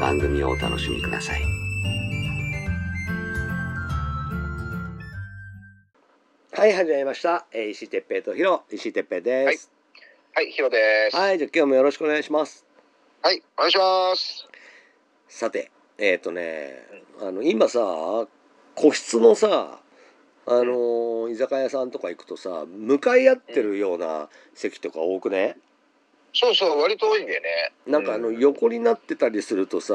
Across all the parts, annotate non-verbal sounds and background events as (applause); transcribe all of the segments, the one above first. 番組をお楽しみください。はい、始めました。えー石井哲平とヒロ、石井哲平です。はい、ヒロです。はい、じゃあ今日もよろしくお願いします。はい、お願いします。さて、えっ、とね、あの今さ、個室のさ、あのー居酒屋さんとか行くとさ、向かい合ってるような席とか多くね。そうそう、割と多いんだよね。なんかあのう横になってたりするとさ、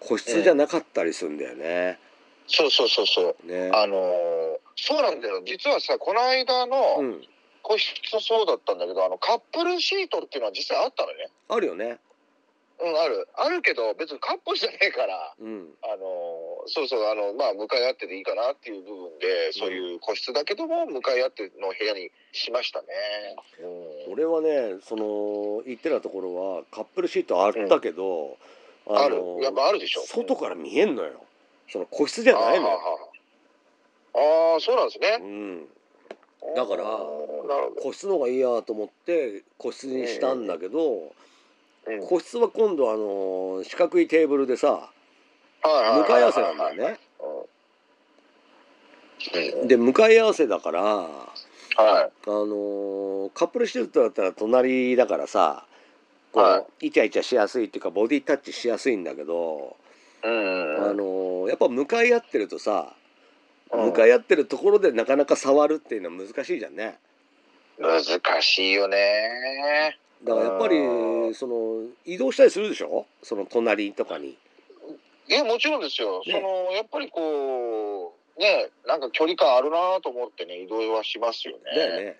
個室じゃなかったりするんだよね。そうそうそうそう。ね。あのーそうなんだよ。実はさ、この間うのん、個室そうだったんだけど、あのカップルシートっていうのは実際あったのね。あるよね。うん、ある。あるけど、別にカップルじゃねえから。うん。あのーそうそうあのまあ向かい合ってでいいかなっていう部分でそういう個室だけども向かい合っての部屋にしましたね、うん、俺はね、その行ってたところはカップルシートあったけど、あるのやっぱあるでしょ外から見えんのよ。その個室じゃないのあーはーよ。はーあーそうなんですねうん。だからなるほど個室の方がいいやと思って個室にしたんだけど、うん個室は今度あの四角いテーブルでさ向かい合わせなんだよね。ね。で向かい合わせだからあはのカップルシートだったら隣だからさこはうイチャイチャしやすいっていうかボディタッチしやすいんだけど、い。うんあのやっぱ向かい合ってるとさ向かいい合ってるところでなかなか触るっていうのは難しいじゃんね。難しいよね。だからやっぱりうんその移動したりするでしょその隣とかに。いやもちろんですよ。ねそのやっぱりこうねなんか距離感あるなと思ってね移動はしますよね。だよね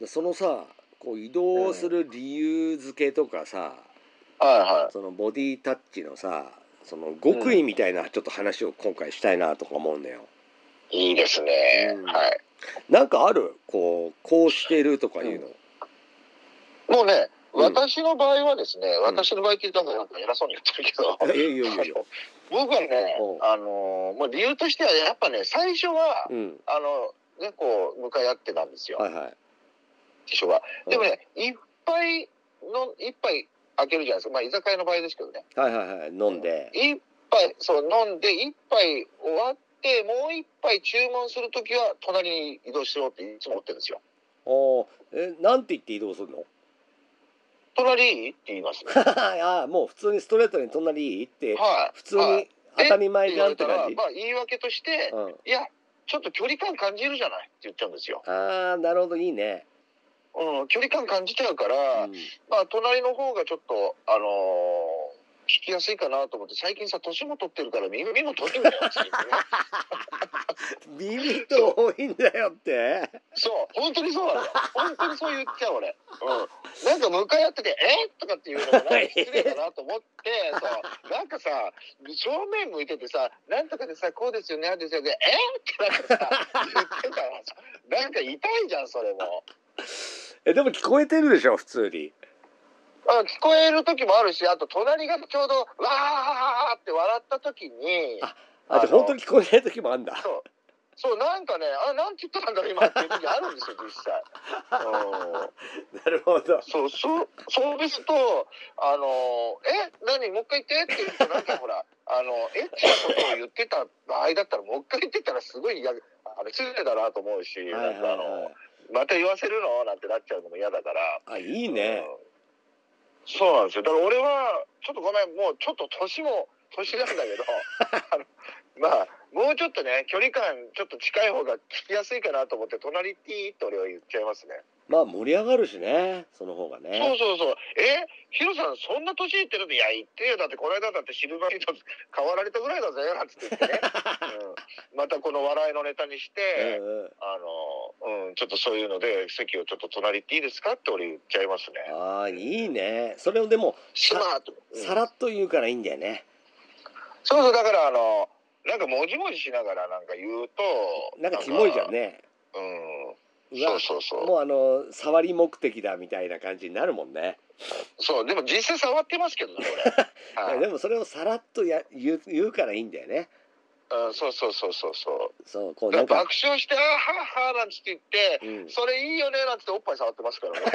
でそのさこう移動する理由付けとかさ、うん。はいはそのボディタッチのさその極意みたいなちょっと話を今回したいなとか思うんだよ。い。いいですね。うんはい。なんかあるこうこうしてるとかいうの。もうね。うん私の場合はですね、ん私の場合って言ったらなんか偉そうに言ってるけど、いやいやいやいや。僕はねう、んあのもう理由としてはやっぱね、最初は、うん。あの、ね、こう、向かい合ってたんですよ、はいはい。最初は。でもね、一杯の、一杯開けるじゃないですか。まあ、居酒屋の場合ですけどね。はいはいはい飲んで。一杯、そう、飲んで、一杯終わって、もう一杯注文するときは、隣に移動しろっていつも思ってるんですよ。おーえなんて言って移動するの？隣いいって言いま (laughs) す、ね。ああもう普通にストレートに隣いいってはい。普通はいに当たり前じゃんっってて言わ感れじた。らまあ、言い訳として、うん。いや、ちょっと距離感感じるじゃないって言っちゃうんですよ。ああなるほどいいね。うん、距離感感じちゃうかうら、んまあ、隣の方がちょっと、あのー聞きやすいかなと思って、最近さ、年も取ってるから耳も取ってるんだよって言ってねビビッと多いんだよって。そう、本当にそうなのよ。本当にそう言っちゃう、俺。うん。なんか向かい合ってて、えとかっていうのがなんか失礼だなと思って、そう、なんかさ、正面向いててさ、なんとかでさ、こうですよね、ああですよね、えってなんかさ、言ってたらさ、なんか痛いじゃん、それも。えでも聞こえてるでしょ普通に。あ聞こえる時もあるし、あと隣がちょうど、わーって笑った時に、あじゃああの本当に聞こえない時もあんだ。 (laughs) そう。そう、なんかね、あ、なんて言ったんだろう、今っていう時あるんですよ、実際。うんなるほど。そう、そう、そうですと、あの、え、何、もう一回言ってって言うと、なんかほら、あの、エッチなことを言ってた場合だったら、もう一回言ってたら、すごい嫌、あの、失礼だなと思うし、はいはいなんかあの、はい。また言わせるのなんてなっちゃうのも嫌だから。あいいねう。んそうなんですよ。だから俺は、ちょっとごめん、もうちょっと年も年な (laughs) んだけどあのまあもうちょっとね距離感ちょっと近い方が聞きやすいかなと思って隣ティーって俺は言っちゃいますねまあ盛り上がるしねその方がねそうそうそうえヒロさんそんな年いってるのいや言ってよだってこの間だってシルバーヒート変わられたぐらいだぜなんつって言って (laughs) ね、うん、またこの笑いのネタにして、うんうんあのうんちょっとそういうので席をちょっと隣ティーですかって俺言っちゃいますねああいいねそれをでもスマートうんさらっと言うからいいんだよねそうそうだからあのなんかもじもじしながらなんか言うとなんかキモいじゃんねうんうわそうそうそうもうあの触り目的だみたいな感じになるもんねそうでも実際触ってますけどね (laughs) 俺はいでもそれをさらっとや言う言うからいいんだよねうんそうそうそうそうそそうこううなだんかから爆笑して「あーはーはー」なんつって言ってうん「それいいよね」なんつっておっぱい触ってますか (laughs) らね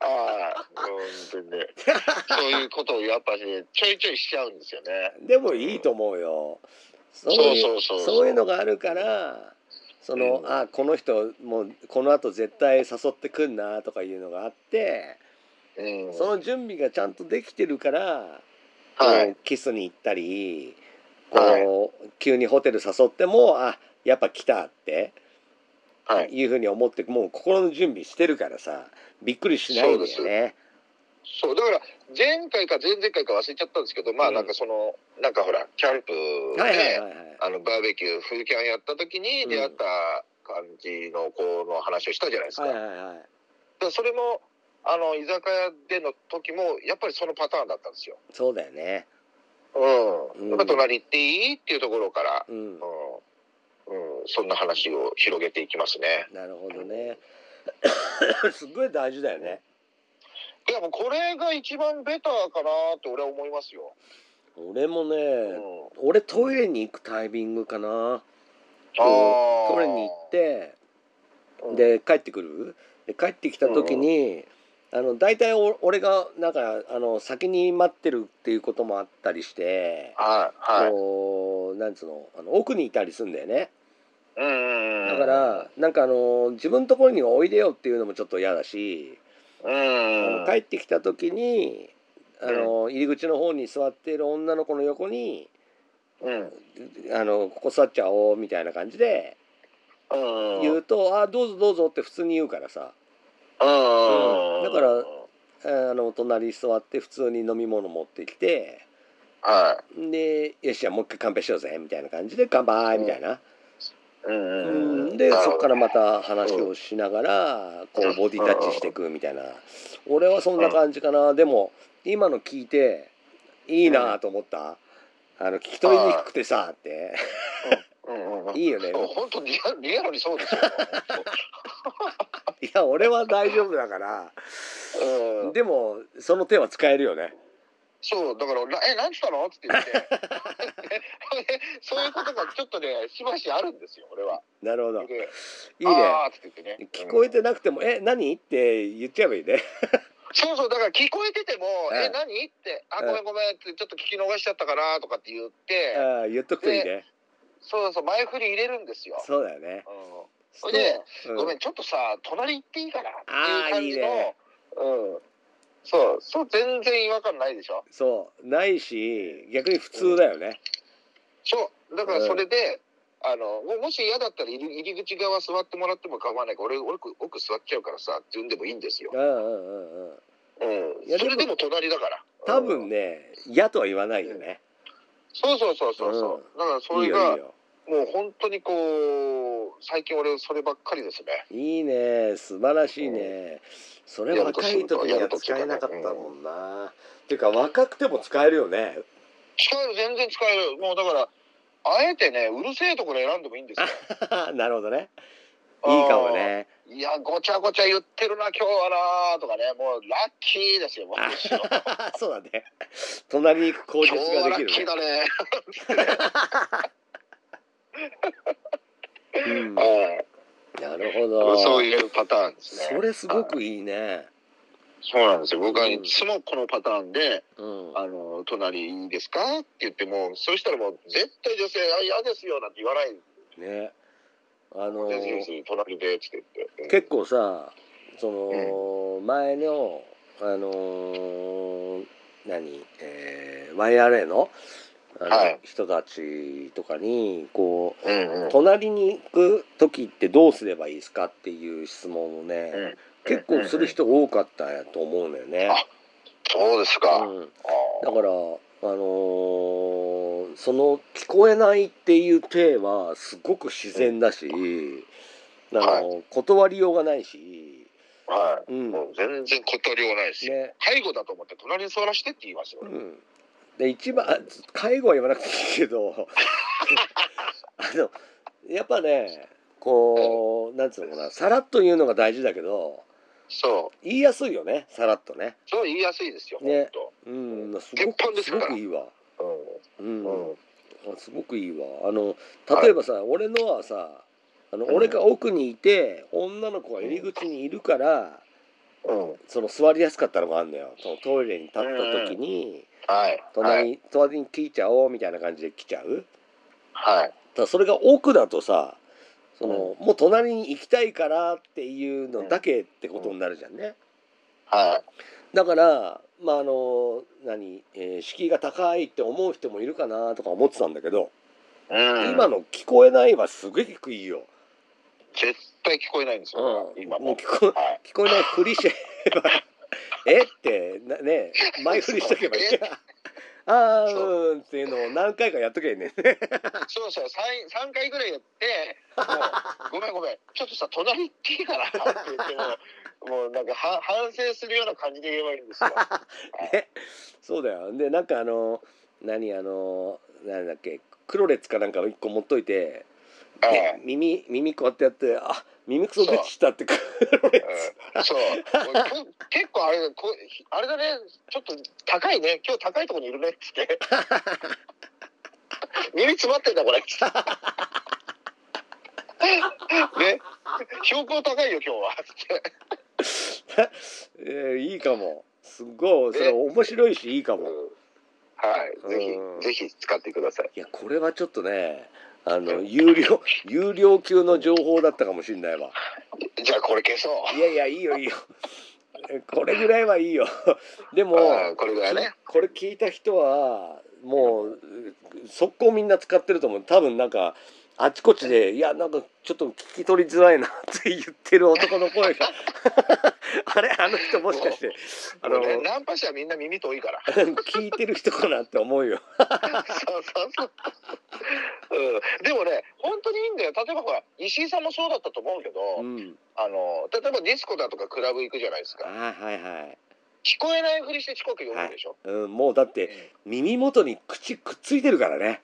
ああ本当 (laughs) にねそういうことをやっぱしちょいちょいしちゃうんですよねでもいいと思うよそうそういそううそうそういうのがあるからその、うんあこの人もうこのあと絶対誘ってくんなとかいうのがあってうんその準備がちゃんとできてるから、はこいうキスに行ったりはいこう、急にホテル誘ってもあやっぱ来たってはいいうふうに思ってもう心の準備してるからさびっくりしないんだよそうね。そうだから前回か前々回か忘れちゃったんですけどまあうんなんかそのなんかほらキャンプはいはいではいはい。あのバーベキューフーキャンやった時に出会った感じの子の話をしたじゃないですか。はいはいはい。だからそれもあの居酒屋での時もやっぱりそのパターンだったんですよ。そうだよね。ううんん、やっぱ隣行っていいっていうところから、うんう。んうん、そんな話を広げていきますね。なるほどね。 (coughs) すごい大事だよね。いやもうこれが一番ベターかなって俺は思いますよ。俺もね、うん、俺トイレに行くタイミングかな。あートイレに行って、うんで帰ってくる。で帰ってきた時に、あの大体お俺がなんかあの先に待ってるっていうこともあったりして、はいはい。こうなんつうのあの奥にいたりするんだよね。うんうんうだんから、なんかあの自分のところにおいでよっていうのもちょっと嫌だし、あうのん、帰ってきた時にあの入り口の方に座っている女の子の横にうん「あのここ座っちゃおう」みたいな感じでうん言うと「あどうぞどうぞ」って普通に言うからさうん、だからあの隣に座って普通に飲み物持ってきてはで「よしじゃあもう一回乾杯しようぜ」みたいな感じで「乾杯」みたいな、い、うんう、うんうんん、でなるそほこどからまた話をしながらこうボディタッチしていくみたいな俺はそんな感じかなでも今の聞いていいなと思ったあの聞き取りにくくてさってうんうんうんいいよねそう本当リアリアルにそうですよ。いや俺は大丈夫だからうん、でもその手は使えるよねそうだからなえ何したのって言って (laughs) でそういうことがちょっとねしばしあるんですよ俺は。なるほどいでいねあーって言ってね。聞こえてうんなくても「え何?」って言っちゃえばいいねそうそうだから聞こえててもう「んえ何?」って「あうんごめんごめん」ってちょっと聞き逃しちゃったかなとかって言ってあー言っとくといいねそうそう前振り入れるんですよ。そうだよねうんそそれでうごめんん、ちょっとさ、隣行っていいかなあっーていいいうね感じの、うん。そう、そう、全然違和感ないでしょ。そうないし逆に普通だよねそう、だかうんらそれで、あの、ももし嫌だったら入り入り口側座ってもらっても構わないから、俺、俺奥奥座っちゃうからさ、って言うんでもいいんですよう。んうんうんうんうん。いやそれでも隣だから。多う分んね嫌とは言わないよねそうそうそうそうそう。だからそいいれよがいいよもう本当にこう最近俺そればっかりですね。いいね素晴らしいねそれ若い時には使えなかったもんなっていうか若くても使えるよね (laughs) 使える全然使える。もうだからあえてねうるせえところ選んでもいいんですよ。なるほどねいいかもね (laughs) いや、ごちゃごちゃ言ってるな、今日はなとかね、もうラッキーですよ、もうむしろそうだね隣に行く口今日実はがラでッきキーるだね。ね、うん、うなるほんどそういうパターンですね。それすごくいいねそうなんですよ。僕はうんいつもこのパターンで、うんあの、隣いいですかって言っても、そうしたらもう、絶対女性、あ、嫌ですよ、なんて言わない。ねあの全然いいですよ隣で、つって言って。結構さその、前のあのー何、えー、YRA のあの、はい人たちとかにこううんうん。隣に行く時ってどうすればいいですかっていう質問をね、うん結構する人多かったと思うんだよね。そうですか。うん、だからあのーその聞こえないっていう体はすごく自然だし、あのは断りようがないし、あーはうい。んもう全然断りようないし、ね背後だと思って隣に座らしてって言いますよう。ん、で一番介護は言わなくていいけ (laughs) どあのやっぱねこうなんつうのかなさらっと言うのが大事だけどそう。言いやすいよねさらっとね。そう言いやすいですよ。ね本当うん、すご鉄板くですすごからくいいわ。うんうん。うん。あすごくいいわあの例えばさ、俺のはさあの、うん俺が奥にいて女の子が入り口にいるからうん。その座りやすかったのがあるんだよそのトイレに立った時に、はい。は隣い。に隣に聞いちゃおうみたいな感じで来ちゃうはい。ただそれが奥だとさその、もう隣に行きたいからっていうのだけってことになるじゃんね、はい。だからまああの何、えー敷居が高いって思う人もいるかなとか思ってたんだけど、うん。今の聞こえないはすごい低いよ絶対聞こえないんですよ。うん今もうも。聞こはい。聞こえないふりしてれば (laughs) えってなね前振りしとけばいいじゃんあーうーんっていうのを何回かやっとけばいいねそうそう、三三回ぐらいやって、もうごめんごめん、ちょっとさ隣行っていいかなって言っても、もうなんかは反省するような感じで言えばいい (laughs) んですよ。ね (laughs) そうだよでなんかあの何あのなんだっけクロレツかなんかを一個持っといて、えね耳耳こうやってやってあ耳くそ出てきたってクロレツえうんそうもうきょ結構あれこあれだねちょっと高いね今日高いところにいるねっつって耳詰まってんだこれっつってね標高高いよ今日はっつって (laughs) えーいいかもすっごいそれ面白いしいいかも、はい、うんぜひぜひ使ってください。いやこれはちょっとねあの有料有料級の情報だったかもしれないわじゃあこれ消そう。いやいやいいよいいよこれぐらいはいいよでもあーこれぐらいね。きこれ聞いた人はもう速攻みんな使ってると思う多分なんかあちこちで「いやなんかちょっと聞き取りづらいな」って言ってる男の声が (laughs) あれあの人もしかしてあのもうねナンパ師はみんな耳遠いから。 (laughs) 聞いてる人かなって思うよ。そうそうそう。うん、でもね、本当にいいんだよ。例えばほら、石井さんもそうだったと思うけど、うん、あの、例えばディスコだとかクラブ行くじゃないですか。はいはいはい、聞こえないふりして遅刻呼ぶでしょ。うん、もうだってうん耳元に口くっついてるからね、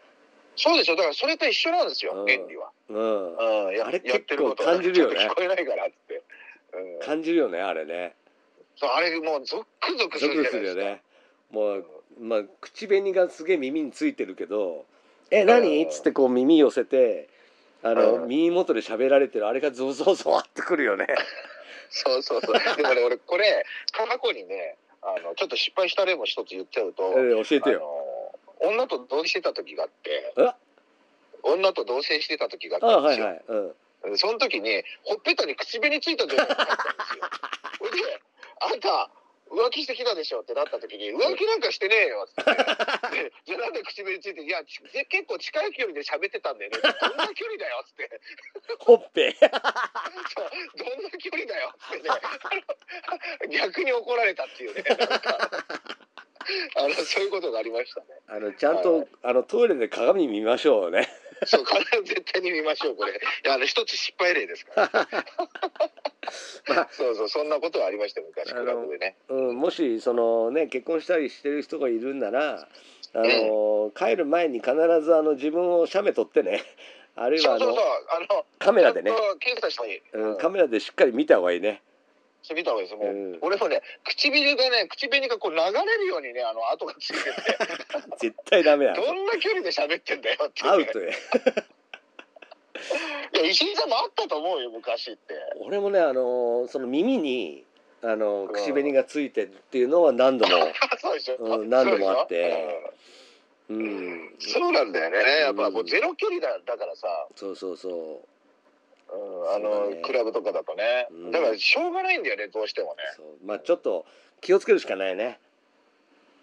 そうでしょ。だからそれと一緒なんですよう、ん原理は。うん、うん、やあれやってることは結構感じるよねちょっと聞こえないからっつって。うん、感じるよねあれねそうあれもうゾックゾクすゾるクゾじクゃすなるいでよすか。ねもうんう、まあ、口紅がすげえ耳についてるけど「え何?」っつってこう耳寄せてあの、うん耳元で喋られてるあれがゾワゾワゾワってくるよねそうそうそう。でもね、俺これ過去 (laughs) にね、あのちょっと失敗した例も一つ言っちゃうと。 (laughs) えー教えてよあの女と同棲してた時があってえ女と同棲してた時がああったんではいすよ、はい、うん、その時にほっぺたに口紅ついた状態だったんですよそれで「あんた浮気してきたでしょ」ってなった時に「浮気なんかしてねえよ」 (laughs) ってでじゃあなんで口紅ついて「いやち結構近い距離で喋ってたんだよね」どんな距離だよ」っつってほっぺそうどんな距離だよってねあの (laughs) 逆に怒られたっていうねなんかあのそういうことがありましたねあのちゃんはいはとあのトイレで鏡見ましょうねそうこれは絶対に見ましょうこれいやあの一つ失敗例ですから、ま (laughs) あそうそうそんなことはありましたよ昔あのクラブでねうん、もしそのね結婚したりしてる人がいるんならあの帰る前に必ずあの自分を写メ撮ってねあるいはそうあそうのそうあのカメラでねち、ゃんと検査した方がいい、ううん、ん、カメラでしっかり見た方がいいねそう見た方がいいですもう、うん俺もね唇がね口紅がこう流れるようにねあの跡がついてて (laughs) 絶対ダメやどんな距離で喋ってんだよっていうアね、ウトやいや石井さんもあったと思うよ昔って (laughs) 俺もねあのーその耳にあのーうん口紅がついてるっていうのは何度もそうでしょ、うん何度もあってううんんそうなんだよねやっぱもうゼロ距離だだからさ、そうそうそううんあそうの、だねクラブとかだとね、うんだからしょうがないんだよねどうしてもねそうまあちょっと気をつけるしかないね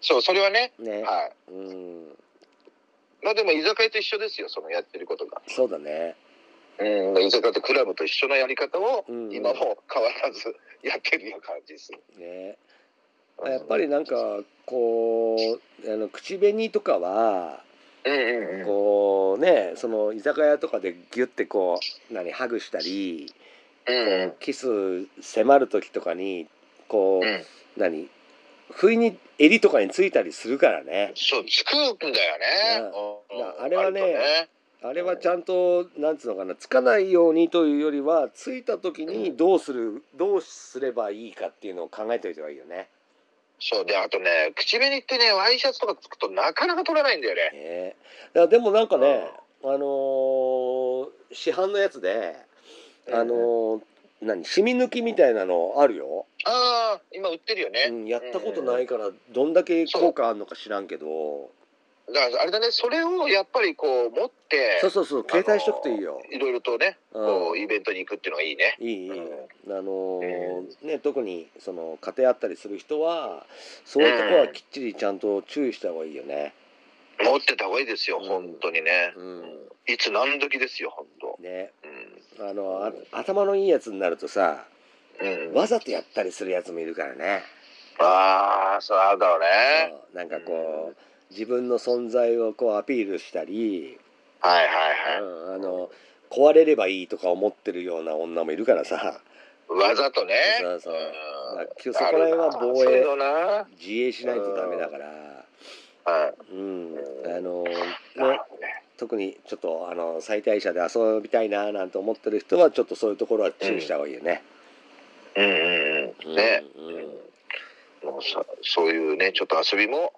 そう、それはね。ね、はうんい。まあでも居酒屋と一緒ですよ、そのやってることが。そうだねうん、居酒屋とクラブと一緒のやり方をうん今も変わらずやってるような感じです。ねうんやっぱりなんかこうあの口紅とかはうんうんうん。こうねその居酒屋とかでギュッてこう何ハグしたりうんうんキス迫る時とかにこう、うん何不意に襟とかについたりするからねそう、つくんだよねね。うんなあれはね割とあれはちゃんとなんつうのかなつかないようにというよりはついた時にどうするどうすればいいかっていうのを考えておいた方がいいよね。そう、で、あとね、口紅ってね、ワイシャツとかつくとなかなか取れないんだよね。ねいやでもなんかね、あのー市販のやつで、あのー何染み抜きみたいなのあるよ、ああ、今売ってるようね。ん、やったことないからどんだけ効果あるのか知らんけどだから、あれだね、それをやっぱりこう持ってそう、そうそう携帯しとくといいよ、いろいろとね、こううイベントに行くっていうのがいいね。ん、いいいい、うんあのーえね、特にその家庭あったりする人はそういうとこはきっちりちゃんと注意した方がいいよね、持ってた方がいいですよ、うん本当にね。うんいつ何時ですよ、本当。ねうん。あのあ頭のいいやつになるとさうん、わざとやったりするやつもいるからねああ、そうあるだろうね。そうなんかこう自分の存在をこうアピールしたり、はいうはいはんあの壊れればいいとか思ってるような女もいるからさい。わざとね。そうそううんまあきゅそこら辺は防衛あるなそういうのな。は自衛しないとダメだから、い。うん、あのなねるほどね特にちょっとあの最大者で遊びたいななんて思ってる人はちょっとそういうところは注意した方がいいよね。うんうんうん。ね。うんうんもうさそういうね、ちょっと遊びも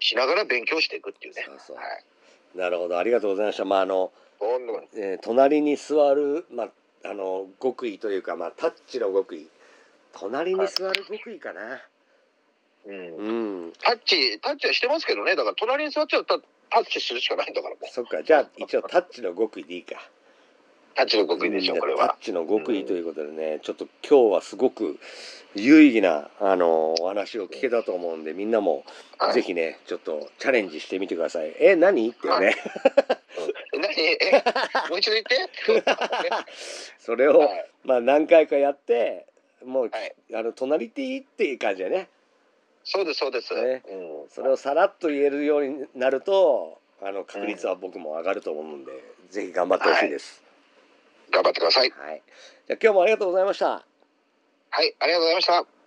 しながら勉強していくっていうね。そうそうはい。なるほどありがとうございました。まああのどんどんえー隣に座る、まあ、あの極意というか、まあ、タッチの極意隣に座る極意かな、うんうんタッチ、タッチはしてますけどね。だから隣に座っちゃうとタタッチするしかないんだからもう。そっかじゃあ一応タッチの極意でいいかタッチの極意でしょ、うんこれタは。ッチの極意ということでね、ちょっと今日はすごく有意義なあのお話を聞けたと思うんでみんなもはいぜひねちょっとチャレンジしてみてくださいえ何ってねうん何えもう一度言って。 (laughs) それをはいまあ何回かやってもう、はいあの隣っていいっていう感じだねそうですそうです。ねうんそれをさらっと言えるようになるとあの確率は僕も上がると思うんで、ぜひ頑張ってほしいです、頑張ってください。はいじゃあ今日もありがとうございましたはい、ありがとうございました。